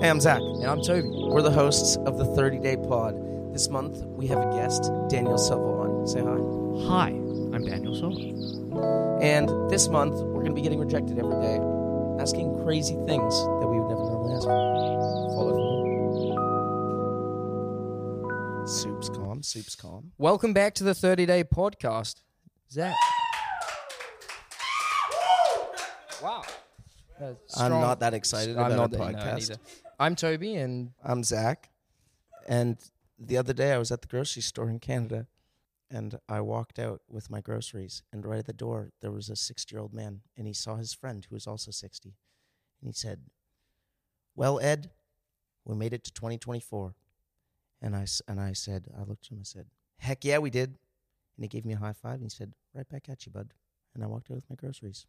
Hey, I'm Zach. And I'm Toby. We're the hosts of the 30 Day Pod. This month, we have a guest, Daniel Silva, on. Say hi. Hi, I'm Daniel Silva. And this month, we're going to be getting rejected every day, asking crazy things that we would never normally ask for. Follow for. Soup's calm, soup's calm. Welcome back to the 30 Day Podcast. Zach. wow. I'm not that excited I'm about not our that- no, podcast. neither. I'm Toby, and I'm Zach. And the other day I was at the grocery store in Canada and I walked out with my groceries. And right at the door, there was a 60 year old man and he saw his friend who was also 60. And he said, Well, Ed, we made it to 2024. And I, s- and I said, I looked at him and said, Heck yeah, we did. And he gave me a high five and he said, Right back at you, bud. And I walked out with my groceries.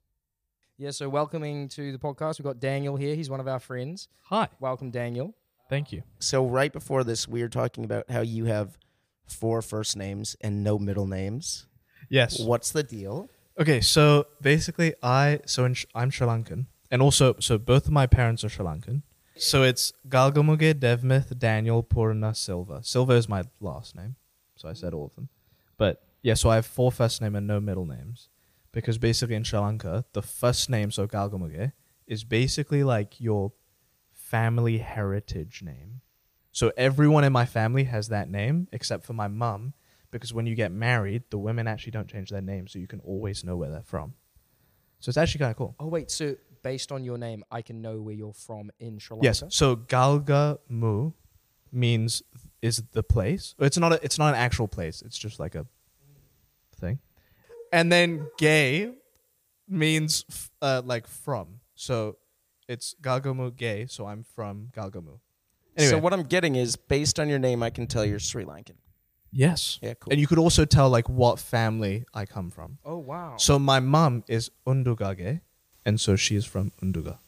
yeah, so welcoming to the podcast. We've got Daniel here. He's one of our friends. Hi, Welcome, Daniel. thank you. So right before this, we were talking about how you have four first names and no middle names. Yes. What's the deal? Okay, so basically, I so in, Sh- I'm Sri Lankan, and also so both of my parents are Sri Lankan. So it's Galgamuge Devmith Daniel Purna Silva. Silva is my last name, so I said all of them. But yeah, so I have four first name and no middle names, because basically in Sri Lanka, the first name so Galgamuge is basically like your family heritage name. So everyone in my family has that name except for my mum, because when you get married, the women actually don't change their name, so you can always know where they're from. So it's actually kind of cool. Oh, wait, so based on your name, I can know where you're from in Sri Lanka? Yes. So Galga Mu means is the place. It's not a, it's not an actual place. It's just like a thing. And then gay means f- uh, like from. So it's Galgamu gay. So I'm from Galgamu. Anyway. So what I'm getting is based on your name, I can tell you're Sri Lankan. yes. Yeah, cool. And you could also tell like what family I come from. Oh, wow. So my mum is Undugage, and so she is from Unduga.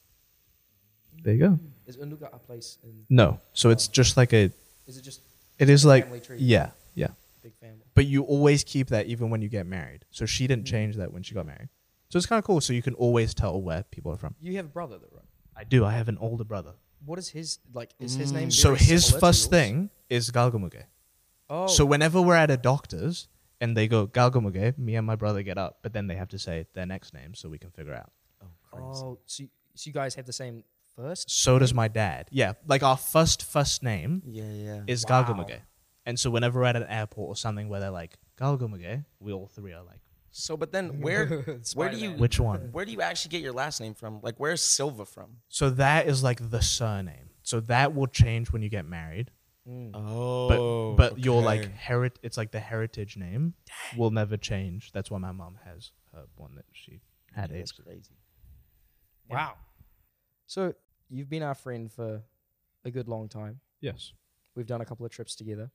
There you go. Is Unduga a place in. No, so it's just like a. Is it just It is like Family tree. yeah, yeah. big family? But you always keep that even when you get married. So she didn't Mm-hmm. change that when she got married. So it's kind of cool. So you can always tell where people are from. You have a brother, though, right? I do. I have an older brother. What is his. Like, is his name. Mm, So very his similar to first yours? thing is Galgamuge. Oh, So whenever we're at a doctor's and they go Galgamuge, me and my brother get up, but then they have to say their next name so we can figure out. Oh, so you, so you guys have the same first? So does my dad. Yeah, like our first first name Yeah, yeah. is Wow. Galgamuge. And so whenever we're at an airport or something where they're like Galgamuge, we all three are like, so, but then where where do you Spider-Man. which one? where do you actually get your last name from? Like, where's Silva from? So that is like the surname. So that will change when you get married. But Oh, Hmm. but your like okay. herit it's like the heritage name will never change. That's why my mom has her one that she had That's ages. crazy. Wow. So you've been our friend for a good long time. Yes. We've done a couple of trips together.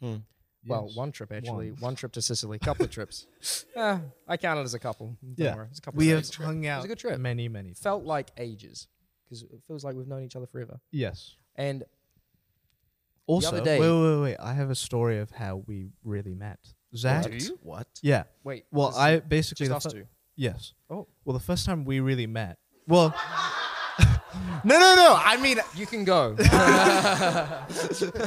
Hmm. Well, Yes. one trip actually. One, One. trip to Sicily. Couple of trips. Ah, I count it as a couple. Don't Yeah. worry. It's a couple. We of have days. hung out was a good trip. many, many times. felt like ages because it feels like we've known each other forever. Yes. And Also, day- wait, wait, wait, wait. I have a story of how we really met. Zach. do you? What? Yeah. wait, Well, this is I basically just the us fir- two. Yes. Oh. Well, the first time we really met. Well. no, no, no. I mean, You can go.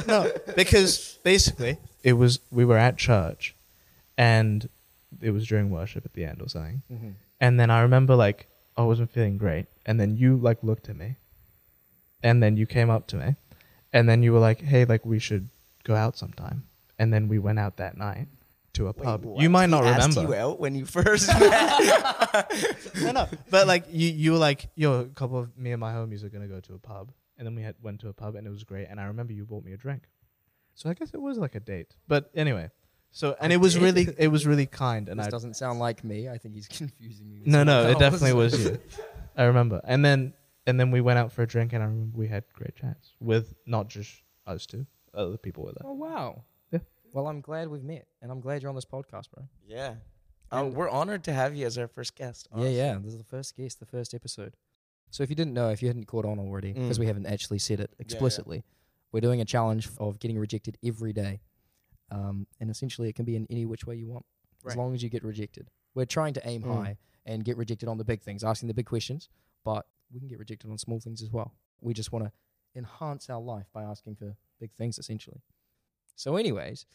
no, because basically it was we were at church, and it was during worship at the end or something. Mm-hmm. And then I remember like I wasn't feeling great, and then you like looked at me, and then you came up to me, and then you were like, "Hey, like we should go out sometime." And then we went out that night to a pub. what? You might not He asked remember. you out when you first met. no, no. But like you, you were like, yo, a couple of me and my homies are gonna go to a pub, and then we had went to a pub, and it was great. And I remember you bought me a drink, so I guess it was like a date. But anyway, so and it was really, it was really kind, and this I doesn't sound like me. I think he's confusing me. with no, no, someone it else. definitely was you. I remember, and then and then we went out for a drink, and I remember we had great chats with not just us two, other people were there. Oh wow. Yeah. Well, I'm glad we've met, and I'm glad you're on this podcast, bro. yeah. Um, we're honored to have you as our first guest. honestly. Yeah, yeah. This is the first guest, the first episode. So if you didn't know, if you hadn't caught on already, because Mm. we haven't actually said it explicitly, we're doing a challenge of getting rejected every day. Um, and essentially, it can be in any which way you want, as Right. long as you get rejected. We're trying to aim Mm. high and get rejected on the big things, asking the big questions, but we can get rejected on small things as well. We just want to enhance our life by asking for big things, essentially. So, anyways,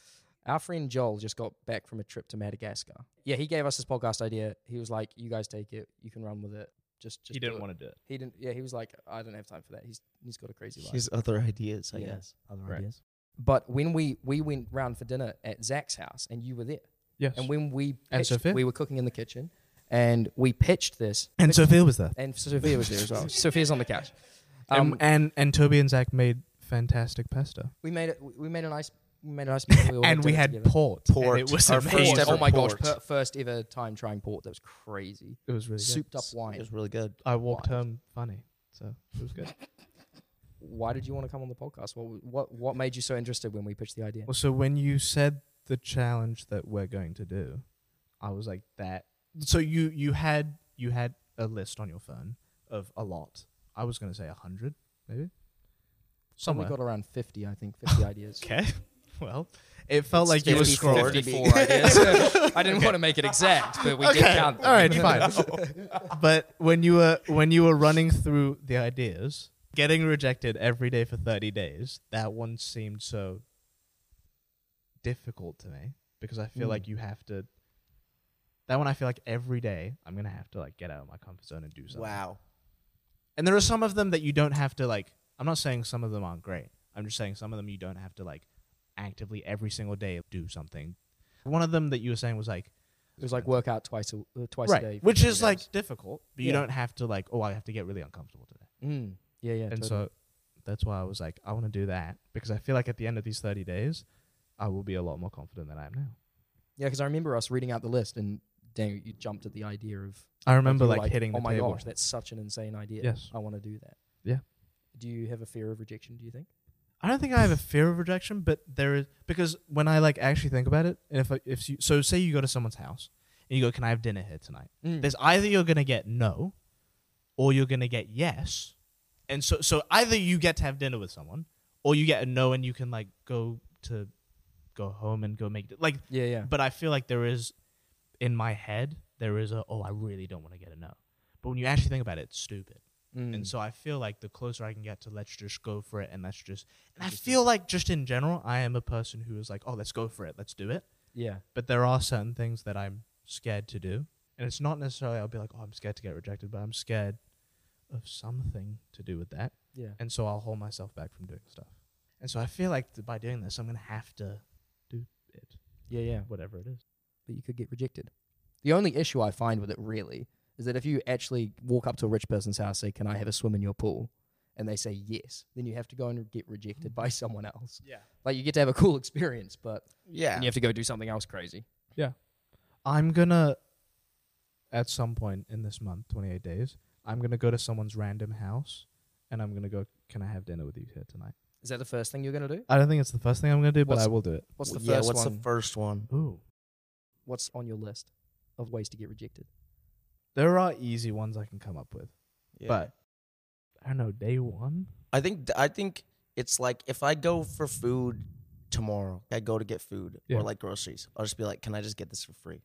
our friend Joel just got back from a trip to Madagascar. Yeah, he gave us this podcast idea. He was like, "You guys take it. You can run with it. Just, just he didn't do it." want to do it. He didn't. Yeah, he was like, "I don't have time for that. He's he's got a crazy life." His other ideas, I Yeah. guess. other Right. ideas. But when we we went round for dinner at Zach's house, and you were there, Yes. and when we And pitched, Sophia? we were cooking in the kitchen, and we pitched this, and Sophia was there. and Sophia was there as well. Sophia's on the couch. Um, Um, and, and and Toby and Zach made fantastic pasta, we made it. We made a nice. We made a nice. meal, all and did we it had together. port. Port. And it was Our amazing. first ever Oh my gosh! port. per- first ever time trying port. That was crazy. It was really good. Souped up It wine. was really good. I walked wild. home funny, so it was good. Why did you want to come on the podcast? What what what made you so interested when we pitched the idea? well, so when you said the challenge that we're going to do, I was like that. So you you had you had a list on your phone of a lot. I was going to say a hundred, Oh maybe. So we Somewhere. got around fifty, I think, fifty ideas. Okay. Well, it felt like you were 54. scrolling. 54 ideas. I didn't want to make it exact, but we did count them. All right, fine. but when you were when you were running through the ideas, getting rejected every day for 30 days, that one seemed so difficult to me because I feel Mm. like you have to that one I feel like every day I'm going to have to like get out of my comfort zone and do something. Wow. And there are some of them that you don't have to like I'm not saying some of them aren't great. I'm just saying some of them you don't have to like actively every single day do something. One of them that you were saying was like It was like workout twice a uh, twice a right, day, for which 50 is like hours. difficult, but you Yeah. don't have to like, oh, I have to get really uncomfortable today. mm, yeah, yeah. and totally. so that's why I was like, I want to do that because I feel like at the end of these 30 days, I will be a lot more confident than I am now. yeah, because I remember us reading out the list, and dang, you jumped at the idea of. I remember you were like, hitting Oh the my table. gosh, that's such an insane idea. Yes. I want to do that. Yeah. Do you have a fear of rejection? Do you think? I don't think I have a fear of rejection, but there is because when I like actually think about it, and if I, if you so say you go to someone's house and you go, "Can I have dinner here tonight?" Mm. Mm. There's either you're gonna get no, or you're gonna get yes, and so so either you get to have dinner with someone, or you get a no and you can like go to go home and go make like Yeah, yeah. but I feel like there is in my head there is a oh I really don't want to get a no. But when you actually think about it, it's stupid. Mm. And so I feel like the closer I can get to let's just go for it and let's just and I Just feel like just in general I am a person who is like oh let's go for it, let's do it. yeah, But there are certain things that I'm scared to do. And it's not necessarily I'll be like oh I'm scared to get rejected, but I'm scared of something to do with that. yeah. And so I'll hold myself back from doing stuff. And so I feel like th- by doing this I'm going to have to do it, Yeah, yeah. whatever it is. But you could get rejected. The only issue I find with it really is that if you actually walk up to a rich person's house, say, "Can I have a swim in your pool?" and they say yes, then you have to go and get rejected by someone else. Yeah. Like you get to have a cool experience, but Yeah. then you have to go do something else crazy. I'm gonna at some point in this month, 28 days, I'm gonna go to someone's random house and I'm gonna go. Can I have dinner with you here tonight? Is that the first thing you're gonna do? I don't think it's the first thing I'm gonna do, but What's- I will do it. What's the yeah, first what's one? the first one? Ooh, what's on your list of ways to get rejected? there are easy ones I can come up with, Yeah. but I don't know. Day one, I think I think it's like if I go for food tomorrow, I go to get food Yeah. or like groceries. I'll just be like, can I just get this for free?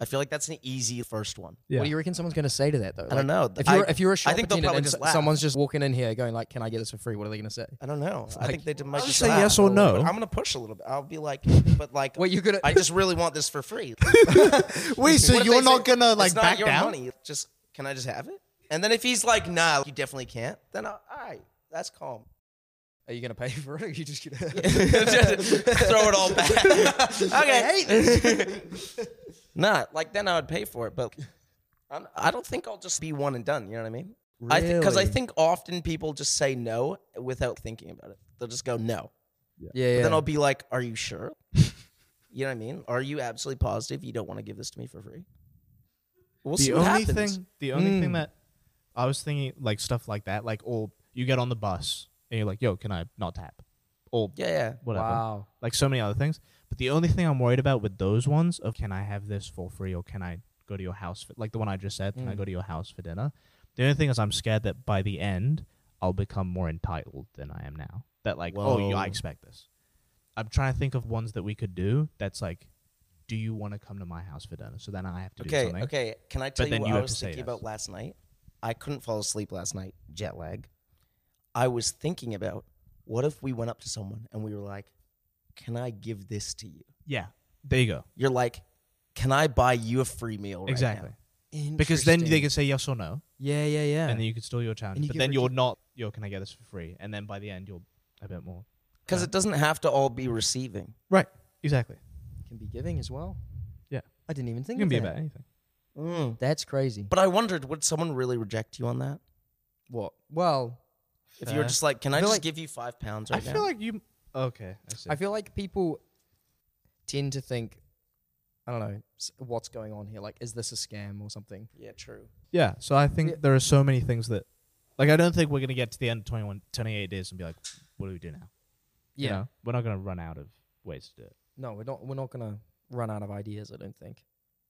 I feel like that's an easy first one. yeah, What do you reckon someone's going to say to that though? I don't know. If I- you're if you're a shop I think they'll attendant probably and just s- laugh. someone's just walking in here going like, "Can I get this for free?" What are they going to say? I don't know. I Like, think they did might I'll just say laugh yes a or little bit. no. I'm gonna push a little bit. I'll be like, but like, Well, you're gonna. I just really want this for free. wait, so What if you're they say, not gonna like it's not back your down? Money. Just can I just have it? And then if he's like, nah, you definitely can't. Then I'll, all right, that's calm. are you going to pay for it? Or are you just going to? Just throw it all back. okay, hey. nah, like then I would pay for it, but I'm, I don't think I'll just be one and done. You know what I mean? Because I, thi- 'cause I Really? think often people just say no without thinking about it. They'll just go no. Yeah, But yeah. then I'll be like, are you sure? you know what I mean? Are you absolutely positive you don't want to give this to me for free? We'll see the what only happens. thing, the only thing Mm. that I was thinking, like stuff like that, like or you get on the bus and you're like, yo, can I not tap? Or Yeah, yeah. whatever. wow. like so many other things. But the only thing I'm worried about with those ones of can I have this for free or can I go to your house for, like the one I just said, can I Mm. go to your house for dinner? The only thing is I'm scared that by the end I'll become more entitled than I am now. That like oh you, Whoa. I expect this. I'm trying to think of ones that we could do. That's like, do you want to come to my house for dinner? So then I have to do Okay, something. okay. Can I tell you then what you I have was to say thinking yes. about last night? I couldn't fall asleep last night, jet lag. I was thinking about what if we went up to someone and we were like, "Can I give this to you?" Yeah. There you go. You're like, "Can I buy you a free meal?" right now?" exactly. Because then they Interesting. can say yes or no, Yeah, yeah, yeah. and then you can store your challenge. And you but get then reje- you're not. Yo, can I get this for free? And then by the end, you're a bit more. Because Yeah. it doesn't have to all be receiving. Right. Exactly. can be giving as well. Yeah. I didn't even think It can of be that. about anything. Mm. That's crazy. But I wondered, would someone really reject you on that? What? Well, If you were Fair. just like, "Can I I feel just like- give you five pounds I right now?" feel like you. Okay. I see. I feel like people tend to think, I don't know, s- what's going on here? Like, is this a scam or something? yeah, true. yeah. So I think Yeah. there are so many things that, like, I don't think we're gonna get to the end of 21, 28 days and be like, what do we do now? You know? We're not gonna run out of ways to do it. No, we're not. We're not gonna run out of ideas. I don't think,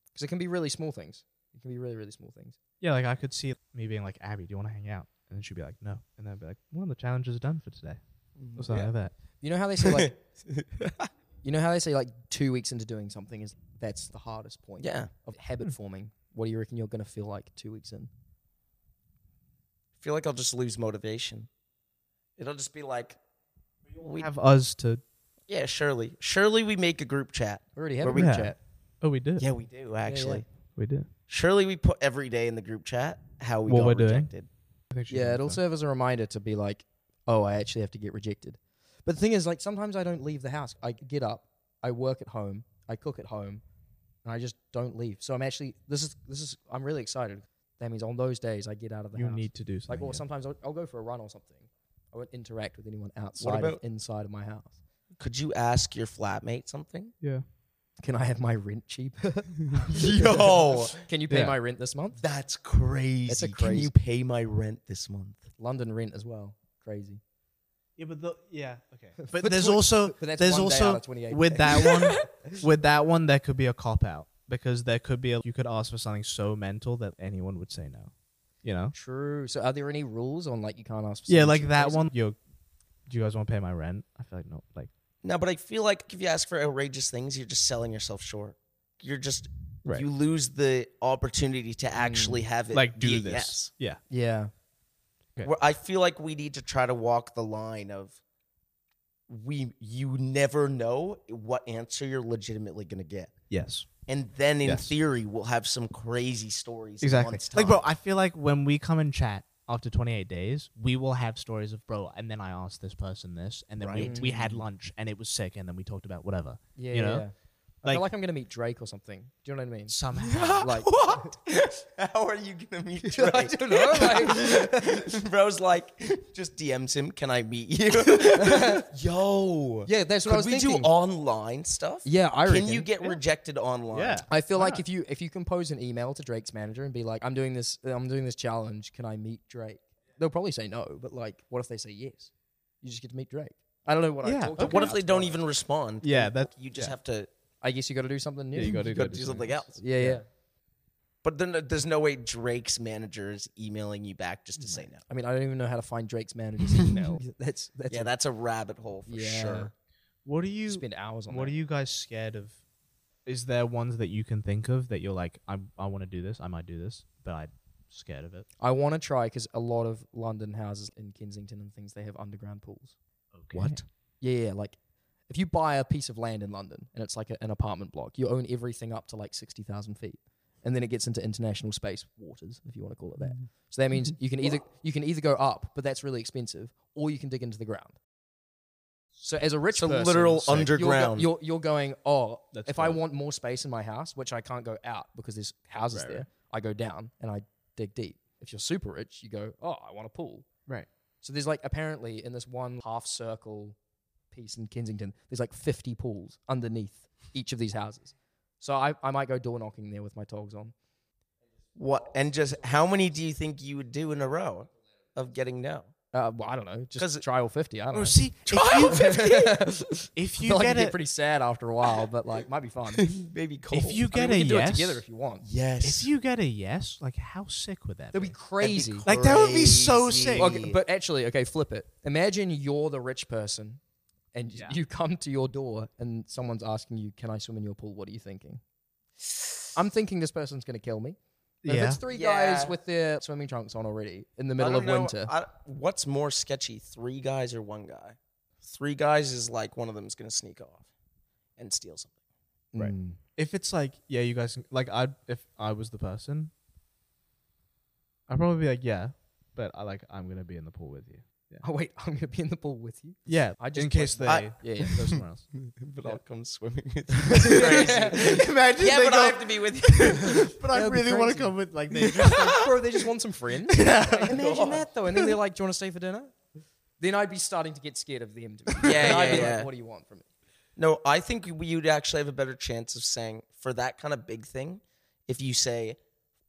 because it can be really small things. It can be really, really small things. Yeah. Like I could see me being like, Abby, do you want to hang out? And then she'd be like, no. And then I'd be like, well, the challenge is done for today. Or something Mm-hmm. Yeah. like that. You know how they say like, you know how they say like two weeks into doing something is that's the hardest point Yeah, of Hmm. habit forming. What do you reckon you're gonna feel like two weeks in? I feel like I'll just lose motivation. It'll just be like, we, Have us to. yeah, surely, surely we make a group chat. We already had a Where we group at? chat. Oh, we did. Yeah, we do actually. We did. Surely we put every day in the group chat how we What got we're doing. rejected. I think she's Yeah, on it'll the phone. serve as a reminder to be like, oh, I actually have to get rejected. But the thing is, like, sometimes I don't leave the house. I get up, I work at home, I cook at home, and I just don't leave. So I'm actually this is this is I'm really excited. That means on those days I get out of the You house. need to do like, something. or yeah. sometimes I'll, I'll go for a run or something. I won't interact with anyone outside of, about- inside of my house. Could you ask your flatmate something? Yeah. Can I have my rent cheaper? Yo, Can you pay Yeah. my rent this month? that's crazy. That's a Can crazy- you pay my rent this month? London rent as well. Crazy. Yeah, but the, yeah, okay. But But, there's twen- also but that's there's one day out also of 28 with days. that one with that one there could be a cop out because there could be a, you could ask for something so mental that anyone would say no. You know? True. So are there any rules on like you can't ask? For Yeah, something like cheaper or that something? one. Yo, do you guys want to pay my rent? I feel like no. Like No, but I feel like if you ask for outrageous things, you're just selling yourself short. You're just Right. you lose the opportunity to actually have it. like do be a this. yes. Yeah. Yeah. Okay. Where I feel like we need to try to walk the line of we you never know what answer you're legitimately going to get. Yes. And then in Yes. theory we'll have some crazy stories in Exactly. months' Like bro, time. I feel like when we come and chat after 28 days, we will have stories of bro, and then I asked this person this, and then Right. we we had lunch and it was sick, and then we talked about whatever. Yeah, You yeah, know? yeah. I feel like Like- I'm gonna meet Drake or something. Do you know what I mean? Somehow. Like, what? How are you gonna meet Drake? I don't know. Like, Bro's like, just DMs him. Can I meet you? Yo, yeah, that's what I could was we thinking. do online stuff? yeah, I Can reckon. you get Yeah. rejected online? yeah. I feel Why like not? if you if you compose an email to Drake's manager and be like, "I'm doing this, I'm doing this challenge. Can I meet Drake?" They'll probably say no, but like, what if they say yes? You just get to meet Drake. I don't know what I Yeah, talked But about. what if they don't even respond? Yeah, And that- you just yeah. have to I guess you got to do something new. Yeah, you gotta you go gotta do do something something else. yeah, yeah. But then there's no way Drake's manager is emailing you back just to say no. I mean, I don't even know how to find Drake's manager's email. that's that's Yeah, that's a rabbit hole for Yeah. sure. What do you spend hours on. What that. are you guys scared of? Is there ones that you can think of that you're like, I I want to do this, I might do this, but I'm scared of it. I want to try because a lot of London houses in Kensington and things they have underground pools. Okay. Yeah, yeah. Like, if you buy a piece of land in London and it's like a, an apartment block, you own everything up to like 60,000 feet. And then it gets into international space waters, if you want to call it that. Mm-hmm. So that means you can either you can either go up, but that's really expensive, or you can dig into the ground. So as a rich So person, literal sick. you're, go- underground. you're you're going, oh, That's if I cool. want more space in my house, which I can't go out because there's houses Right, there, right. I go down and I dig deep. If you're super rich, you go, oh, I want a pool. Right. So there's like apparently in this one half circle piece in Kensington, there's like 50 pools underneath each of these houses. So I, I might go door knocking there with my togs on. What and just how many do you think you would do in a row of getting no? Uh, well, I don't know, 'Cause- just try all 50. I don't know. Oh, see, Trial if you, 50. if you you get, get it, pretty sad after a while, but like might be fun. I Maybe cold. if you mean, get we can a do yes, it together if you want. yes, if you get a yes, like how sick would that That'd be? be crazy. Like, that would be so sick. Well, okay, but actually, okay, flip it. Imagine you're the rich person and y- Yeah. you come to your door and someone's asking you, Can I swim in your pool? What are you thinking? I'm thinking this person's going to kill me. But If Yeah. it's three guys Yeah. with their swimming trunks on already in the middle I of don't know, winter, I, what's more sketchy, three guys or one guy? Three guys is like one of them's going to sneak off and steal something. Right. Mm. If it's like, yeah, you guys, can, like, I if I was the person, I'd probably be like, yeah, but I like, I'm gonna be in the pool with you. Oh wait, I'm gonna be in the pool with you. Yeah, I just in case they I- Yeah, yeah. go somewhere else. but I'll I'll come swimming with you. Imagine yeah, but I have to be with you. but That would be wanna crazy. with like they. Bro, they just want some friends. Imagine that though, and then they're like, "Do you want to stay for dinner?" Then I'd be starting to get scared of them. To be. Yeah, Then I'd yeah, be yeah. Like, what do you want from me? no, I think we- you'd actually have a better chance of saying for that kind of big thing if you say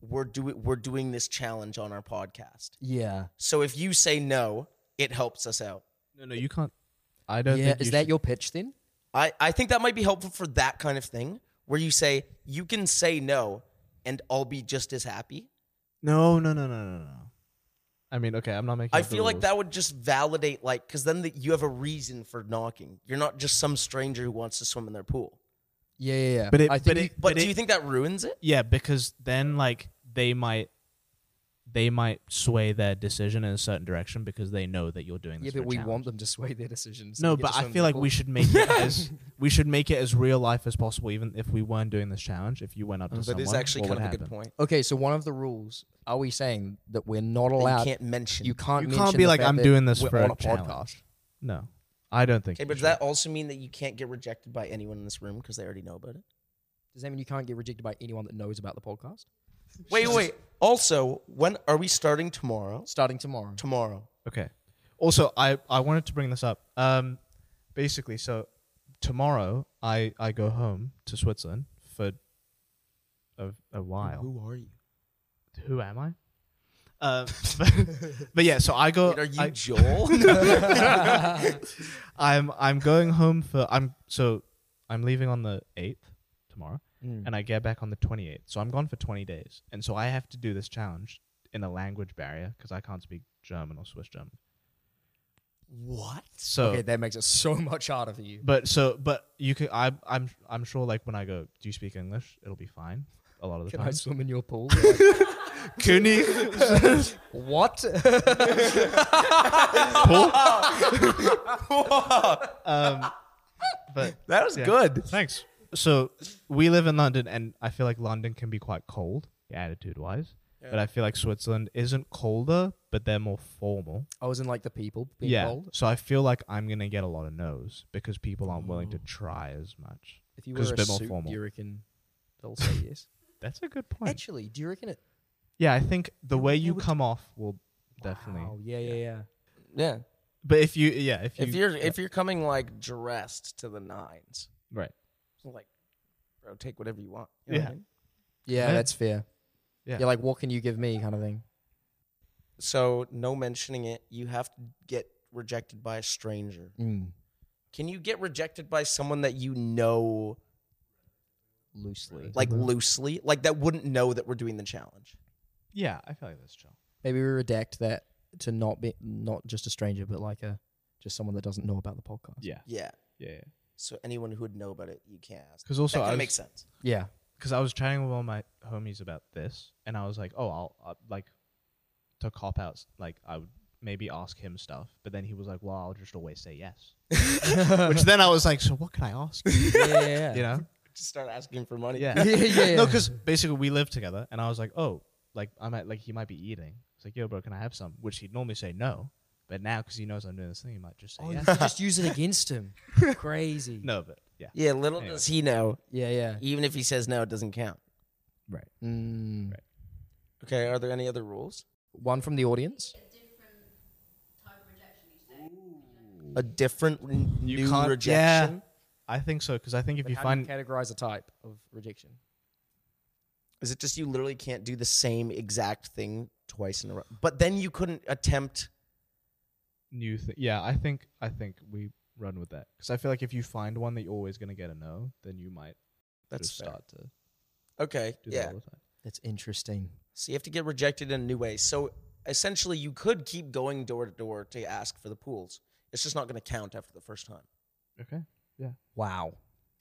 we're doing we're doing this challenge on our podcast. Yeah, So if you say no, it helps us out. no, no, you can't. I don't. yeah. think Is you that should- your pitch then? I, I think that might be helpful for that kind of thing where you say, you can say no and I'll be just as happy. No, no, no, no, no, no. I mean, okay, I'm not making. I up the feel like rules. that would just validate, like, because then the, you have a reason for knocking. You're not just some stranger who wants to swim in their pool. Yeah, yeah. yeah. But it- I but think it- But, But do you think that ruins it? Yeah, because then like they might they might sway their decision in a certain direction because they know that you're doing yeah, this. for but a we challenge. want them to sway their decisions. No, and get but to I swim feel the like pool. we should make it as we should make it as real life as possible, even if we weren't doing this challenge. If you went up to That someone, is actually kind what of would a good happen? point. Okay, so one of the rules are we saying that we're not That allowed? you can't mention. you can't. You can't mention be the like, fact "I'm that doing this we're for on a a challenge." podcast. No, I don't think. okay, you but does should. that also mean that you can't get rejected by anyone in this room because they already know about it? Does that mean you can't get rejected by anyone that knows about the podcast? Wait, wait. Also, when are we starting tomorrow? Starting tomorrow. Tomorrow. Okay. Also, I I wanted to bring this up. Um, basically, so tomorrow I I go home to Switzerland for a a while. Who are you? who am I? Uh, but, but yeah, so I go. Wait, are you I, Joel? I'm I'm going home for I'm so I'm leaving on the eighth tomorrow, Hmm. Mm. and I get back on the twenty eighth. So I'm gone for twenty days, and so I have to do this challenge in a language barrier because I can't speak German or Swiss German. what? So, Okay, that makes it so much harder for you. but so but you can I I'm I'm sure like when I go, do you speak English? It'll be fine. A lot of the Can I times. swim in your pool? Can you? what? um, but That was Yeah. good. Thanks. So we live in London, and I feel like London can be quite cold, attitude-wise. But I feel like Switzerland isn't colder, but they're more formal. I was in like the people being yeah. bold. So I feel like I'm gonna get a lot of no's because people aren't willing to try as much. If you 'Cause wear a it's a bit more suit, formal. do you reckon they'll say yes? That's a good point. Actually, do you reckon it? yeah, I think the way you would- come off will definitely. Oh yeah, yeah, yeah. Yeah. But if you, yeah, if you, If you're if you're coming like dressed to the nines, right, like, bro, take whatever you want. You know what I Yeah. mean? Yeah, Yeah. that's fair. Yeah. You're like, what can you give me, kind of thing. So no mentioning it. You have to get rejected by a stranger. Mm. Can you get rejected by someone that you know, Loosely, like Mm-hmm. loosely, like that wouldn't know that we're doing the challenge? yeah, I feel like that's chill. maybe we redact that to not be not just a stranger, but like a just someone that doesn't know about the podcast. Yeah, Yeah. yeah. So anyone who would know about it, you can't ask. Because also, that I kind was, of makes sense. Yeah. because I was chatting with one of my homies about this, and I was like, "Oh, I'll, i like to cop out, like I would maybe ask him stuff." But then he was like, "Well, I'll just always say yes." Which then I was like, "So what can I ask?" you?" Yeah, yeah, yeah. You know? Just start asking for money. Yeah. yeah, yeah. No, because basically we live together, and I was like, "Oh, like I might like he might be eating." It's like, "Yo, bro, can I have some?" Which he'd normally say no, but now because he knows I'm doing this thing, he might just say Oh, you yes. could just use it against him. Crazy. no, but yeah, Yeah. Little does he know. Yeah, yeah. Even if he says no, it doesn't count. right. Mm. Right. Okay. Are there any other rules? One from the audience. A different n- You new can't- rejection. yeah. I think so because I think if Like, you how find do you categorize a type of rejection. Is it just you literally can't do the same exact thing twice in a row? But then you couldn't attempt. new thing. Yeah, I think I think we run with that because I feel like if you find one that you're always gonna get a no, then you might That's just fair. start to Okay. do yeah. that all the time. That's interesting. So you have to get rejected in a new way. So essentially, you could keep going door to door to ask for the pools. It's just not going to count after the first time. Okay. Wow.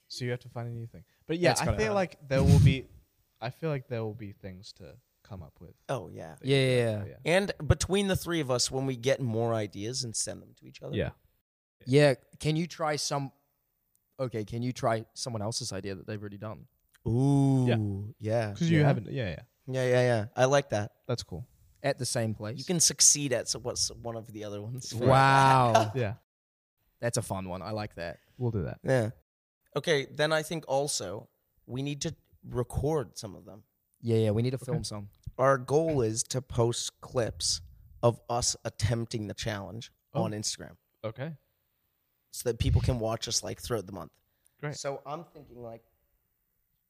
So you have to find a new thing. But yeah, That's I gotta feel happen. like there will be. I feel like there will be things to come up with. Oh yeah. Yeah, yeah, yeah. And between the three of us, when we get more ideas and send them to each other. Yeah. Yeah, can you try some? Okay, can you try someone else's idea that they've already done? Ooh. Yeah. Because you haven't. Yeah, yeah. Yeah, yeah, yeah. I like that. That's cool. At the same place. You can succeed at so- what's one of the other ones. wow, Yeah, that's a fun one. I like that. we'll do that. Yeah. Okay. Then I think also we need to record some of them. Yeah, yeah. We need to film some. Our goal is to post clips of us attempting the challenge Oh. on Instagram Okay. so that people can watch us like throughout the month. Great. So I'm thinking like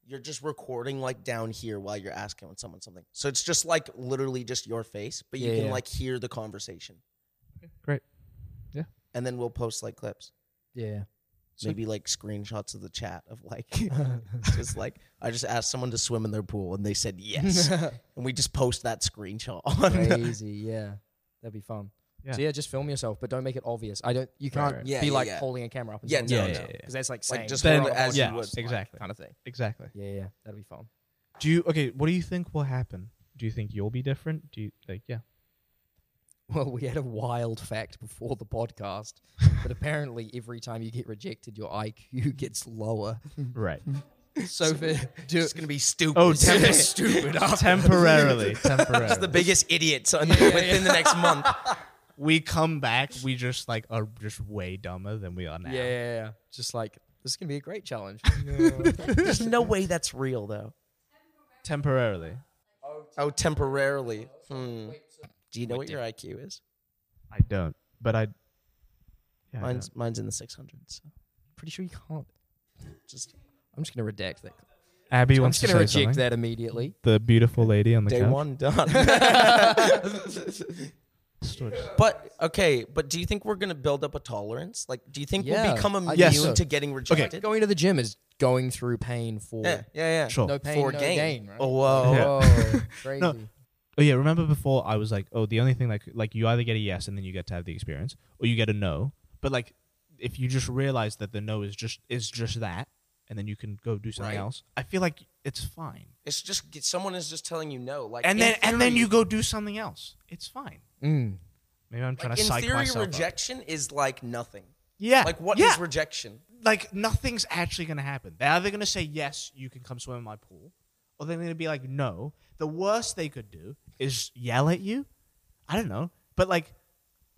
you're just recording like down here while you're asking someone something. So it's just like literally just your face, but you Yeah, can yeah. like hear the conversation. Great. And then we'll post like clips. Yeah. So- Maybe like screenshots of the chat of like just like I just asked someone to swim in their pool and they said yes. and we just post that screenshot on Crazy. Yeah, that'd be fun. Yeah. So yeah, just film yourself, but don't make it obvious. I don't. You can't right. Yeah, be yeah, like yeah. holding a camera up. And Yeah, someone's no, doing no. something. Because that's like saying just Then- hold it as yeah, you would. exactly. kind of thing. Exactly. Yeah, yeah, that'd be fun. Do you okay? What do you think will happen? Do you think you'll be different? Do you like? Yeah. Well, we had a wild fact before the podcast, but apparently every time you get rejected, your IQ gets lower. Right. So for do, It's gonna be stupid. Oh, It's gonna be temper- stupid. temporarily. Temporarily. the biggest idiots on, within the next month. we come back. We just like are just way dumber than we are now. yeah, yeah, yeah. just like this is gonna be a great challenge. There's no way that's real though. Temporarily. Oh, temporarily. Hmm. Do you know what your IQ is? I don't. But I. Yeah, I Mine's mine's in the 600s. So Pretty sure you can't. just I'm just gonna redact that. don't. Abby I'm wants just to gonna say reject something. that immediately. The beautiful lady on the day couch. one done. but okay, but do you think we're gonna build up a tolerance? Like, do you think Yeah, we'll become I immune think so. to getting rejected? Going to the gym is going through pain for Yeah, yeah, yeah. Sure. no pain, For no gain. gain. right? Oh, whoa. Yeah. Whoa, crazy. Oh yeah, remember before I was like, oh, the only thing like like you either get a yes and then you get to have the experience, or you get a no. But like, if you just realize that the no is just is just that, and then you can go do something Right. else, I feel like it's fine. It's just get- someone is just telling you no. Like, And in then and then theory- you go do something else. It's fine. Mm. Maybe I'm trying like, to in psych theory, myself up. rejection is like nothing. Yeah, Like, what is yeah. rejection? like nothing's actually gonna happen. They're either gonna say yes, you can come swim in my pool, or they're gonna be like no. The worst they could do is yell at you. I don't know, but like,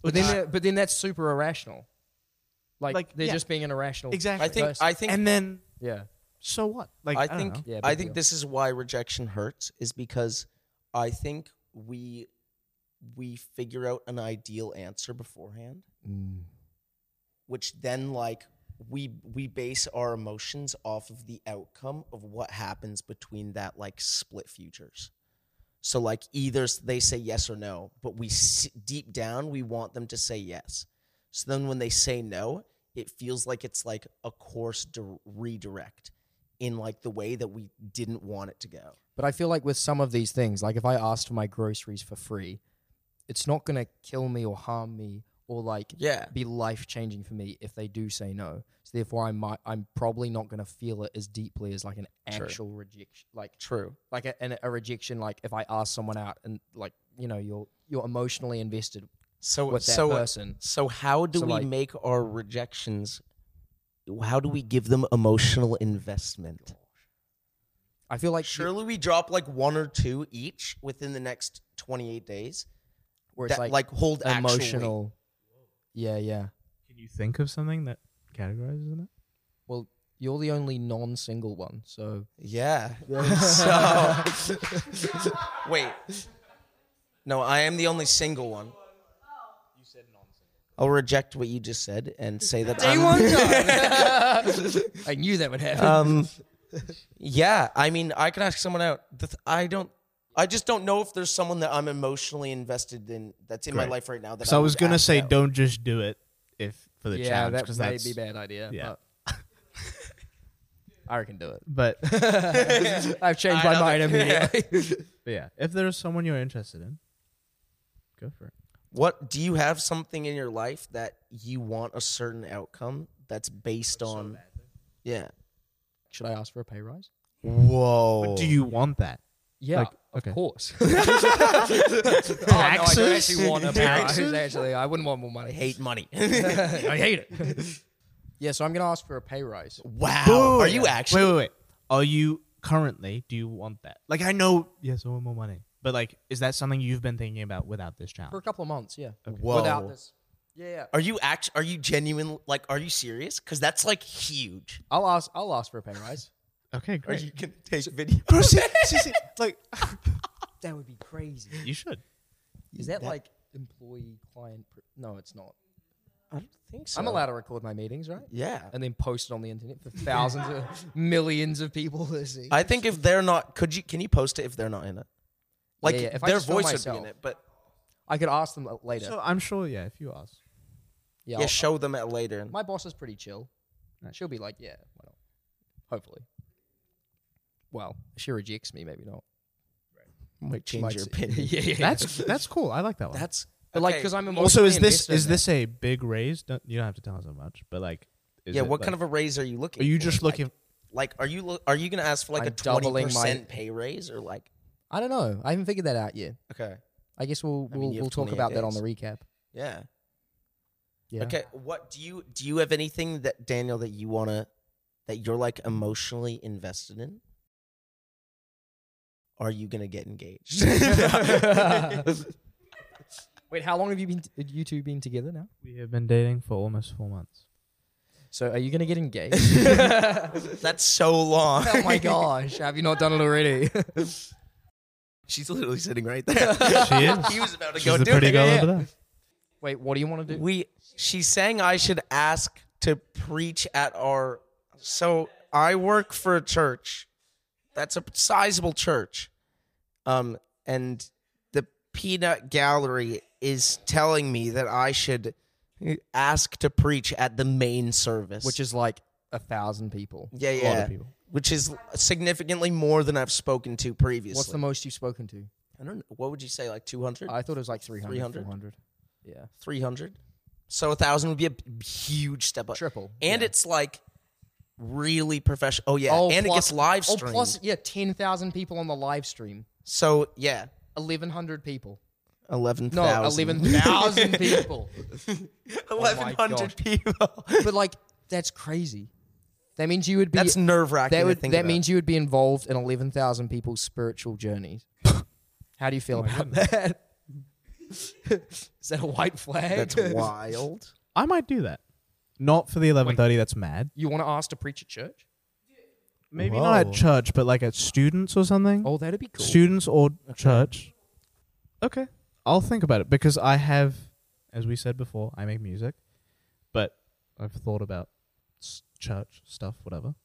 But then, that- but then that's super irrational. Like, Like, they're yeah. just being an irrational. Exactly. I think. Person. I think. and then Yeah. so what? Like, I, I, think. don't know. Yeah, I big think deal. this is why rejection hurts. Is because I think we we figure out an ideal answer beforehand, Mm. which then like we we base our emotions off of the outcome of what happens between that like split futures. So like either s- they say yes or no, but we s- deep down we want them to say yes. So then when they say no, it feels like it's like a course di- redirect in like the way that we didn't want it to go. But I feel like with some of these things, like if I asked for my groceries for free, it's not going to kill me or harm me or like Yeah. be life changing for me if they do say no. So therefore, I might, I'm probably not going to feel it as deeply as like an True. actual rejection, like True. like a, an, a rejection. Like if I ask someone out and like you know you're you're emotionally invested So with that so person. so how do So, we like- make our rejections how do we give them emotional investment? I feel like you- Surely we drop like one or two each within the next 28 days where it's that like, hold actual weight. emotional. Yeah, yeah. Can you think of something that categorizes it? Well, you're the only non-single one, so Yeah. so wait. No, I am the only single one. You said non-single. I'll reject what you just said and say that I'm I knew that would happen. um yeah i mean i can ask someone out the th- i don't i just don't know if there's someone that i'm emotionally invested in that's in my Great. life right now that So I was would gonna ask say, out. don't just do it if for the yeah, challenge that 'cause may that's be a bad idea. yeah. but I reckon do it. but, but I've changed I my don't mind think- immediately. yeah, if there is someone you're interested in, go for it. what do you have something in your life that you want a certain outcome that's based on yeah Should I ask for a pay rise? whoa Do you want that? Yeah, Like, of okay. course. oh, no, Oh, I don't actually Taxes? want a power. Taxes? Actually, I wouldn't want more money. I hate money. I hate it. yeah, so I'm gonna ask for a pay rise. wow. Boom. Are you actually? Wait, wait, wait. Are you currently? Do you want that? Like, I know. Yes, I want more money. But like, is that something you've been thinking about without this For a challenge? couple of months, yeah. Whoa. Without this. Yeah, yeah. Are you act? Are you genuine? Like, are you serious? Because that's like huge. I'll ask I'll ask for a pay rise. Okay, Or you can take video. Bro, see, see, see, like, that would be crazy. you should. Is that, That- like employee client pr- No, it's not. I don't think so. I'm allowed to record my meetings, right? Yeah. And then post it on the internet for thousands of millions of people to see. I think if they're not, could you? Can you post it if they're not in it? Like yeah, if I their just film voice would be in myself. it, but I could ask them uh, later. So I'm sure. Yeah, if you ask. yeah, yeah, I'll- show them it later. And my boss is pretty chill. Nice. She'll be like, yeah, why not? Hopefully. Well, if she rejects me, maybe not. might She change might your say- opinion. yeah, yeah, yeah. That's that's cool. I like that one. That's but like okay. because I'm also, is emotionally this invested in is it. this a big raise? Don't, you don't have to tell us how much, but like, is yeah. it, What like- kind of a raise are you looking? Are you for? just Like- looking? Like, are you lo- are you gonna ask for like I'm a twenty doubling my- percent pay raise or like? I don't know. I haven't figured that out yet. Okay. I guess we'll I mean, we'll, you have we'll talk 28 about that on the days. recap. Yeah. Yeah. Okay. What do you do? You have anything that Daniel that you wanna that you're like emotionally invested in? Are you gonna get engaged? Wait, how long have you been t- uh, you two been together now? We have been dating for almost four months. So are you gonna get engaged? That's so long. oh my gosh, have you not done it already? She's literally sitting right there. She is. he was about to She's go the do pretty it. girl Yeah, over there. Wait, what do you want to yeah. do? We. She's saying I should ask to preach at our. So I work for a church. That's a sizable church. Um, and the peanut gallery is telling me that I should ask to preach at the main service, Which is like a thousand people. yeah, A lot yeah, of people. which is significantly more than I've spoken to previously. What's the most you've spoken to? I don't. know. What would you say? Like two hundred? I thought it was like 300, 300? 400. Yeah. 300 so a thousand would be a b- huge step up Triple, and yeah. it's like really professional oh yeah and it plus- gets live streamed Oh, plus, yeah, 10,000 people on the live stream. so yeah 1,100 people. 11,000 No, 11,000 people. 1100 gosh. people But, like, that's crazy. That means you would be. that's nerve-wracking that to would, that think about. means you would be involved in 11,000 people's spiritual journeys. How do you Oh feel about that? Is that a white flag? that's wild I might do that. Not for the eleven thirty. That's mad. You want to ask to preach at church? Maybe not Whoa. at church, but like at students or something. Oh, that'd be cool. Students or church. Okay, I'll think about it because I have, as we said before, I make music, but I've thought about s- church stuff, whatever.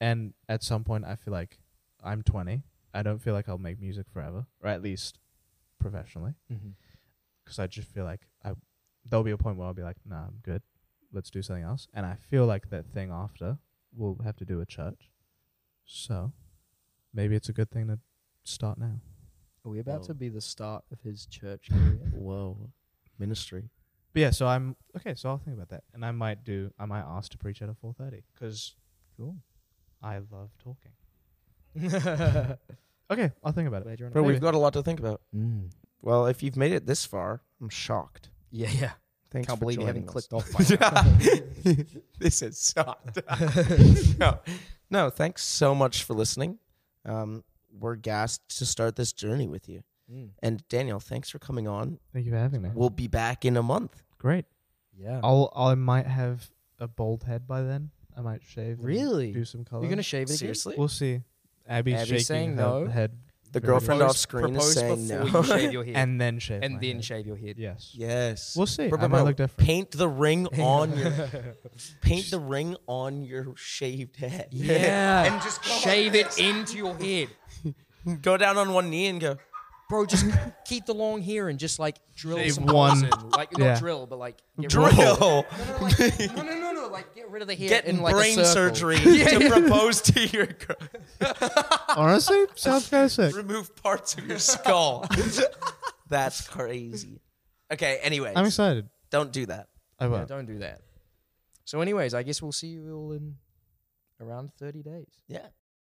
And at some point, I feel like I'm 20. I don't feel like I'll make music forever, or at least professionally. Mhm. because I just feel like I there'll be a point where I'll be like, nah, I'm good. Let's do something else. And I feel like that thing after will have to do with church. So maybe it's a good thing to start now. Are we about Whoa. to be the start of his church career? whoa ministry But yeah, so I'm okay. So I'll think about that, and I might do. I might ask to preach at a four thirty because cool. I love talking. Glad Okay, I'll think about it. you're on but it. Maybe. we've got a lot to think about Mm. well if you've made it this far i'm shocked Yeah, yeah. Thanks Can't for believe you joining haven't us. clicked off by now. this has sucked. no, no, thanks so much for listening. Um, we're gassed to start this journey with you. Mm. And Daniel, thanks for coming on. Thank you for having me. We'll be back in a month. Great. Yeah. I'll. I might have a bald head by then. I might shave. and Really? Do some color. You're gonna shave it again? Seriously? We'll see. Abby's, Abby's shaking saying her no. head. The very girlfriend much. off screen is saying no. before you shave your head, and, and then shave my then head. shave your head. Yes. yes. We'll see. Bro, I bro, might bro, look different. Paint the ring on your paint the ring on your shaved head. Yeah. and just go, shave it into your head, go down on one knee and go. bro. Just keep the long hair and just like drill Shave some holes one. in. like not Yeah. drill, but like get rid of- Drill. No, no, like, no, no, no, no, like get rid of the hair Getting in like a brain circle. surgery Yeah, to yeah. propose to your girl. Honestly, sounds kind of sick. remove parts of your skull. That's crazy. Okay, anyways, I'm excited. don't do that. I Yeah, won't. don't do that. So, anyways, I guess we'll see you all in around thirty days. Yeah.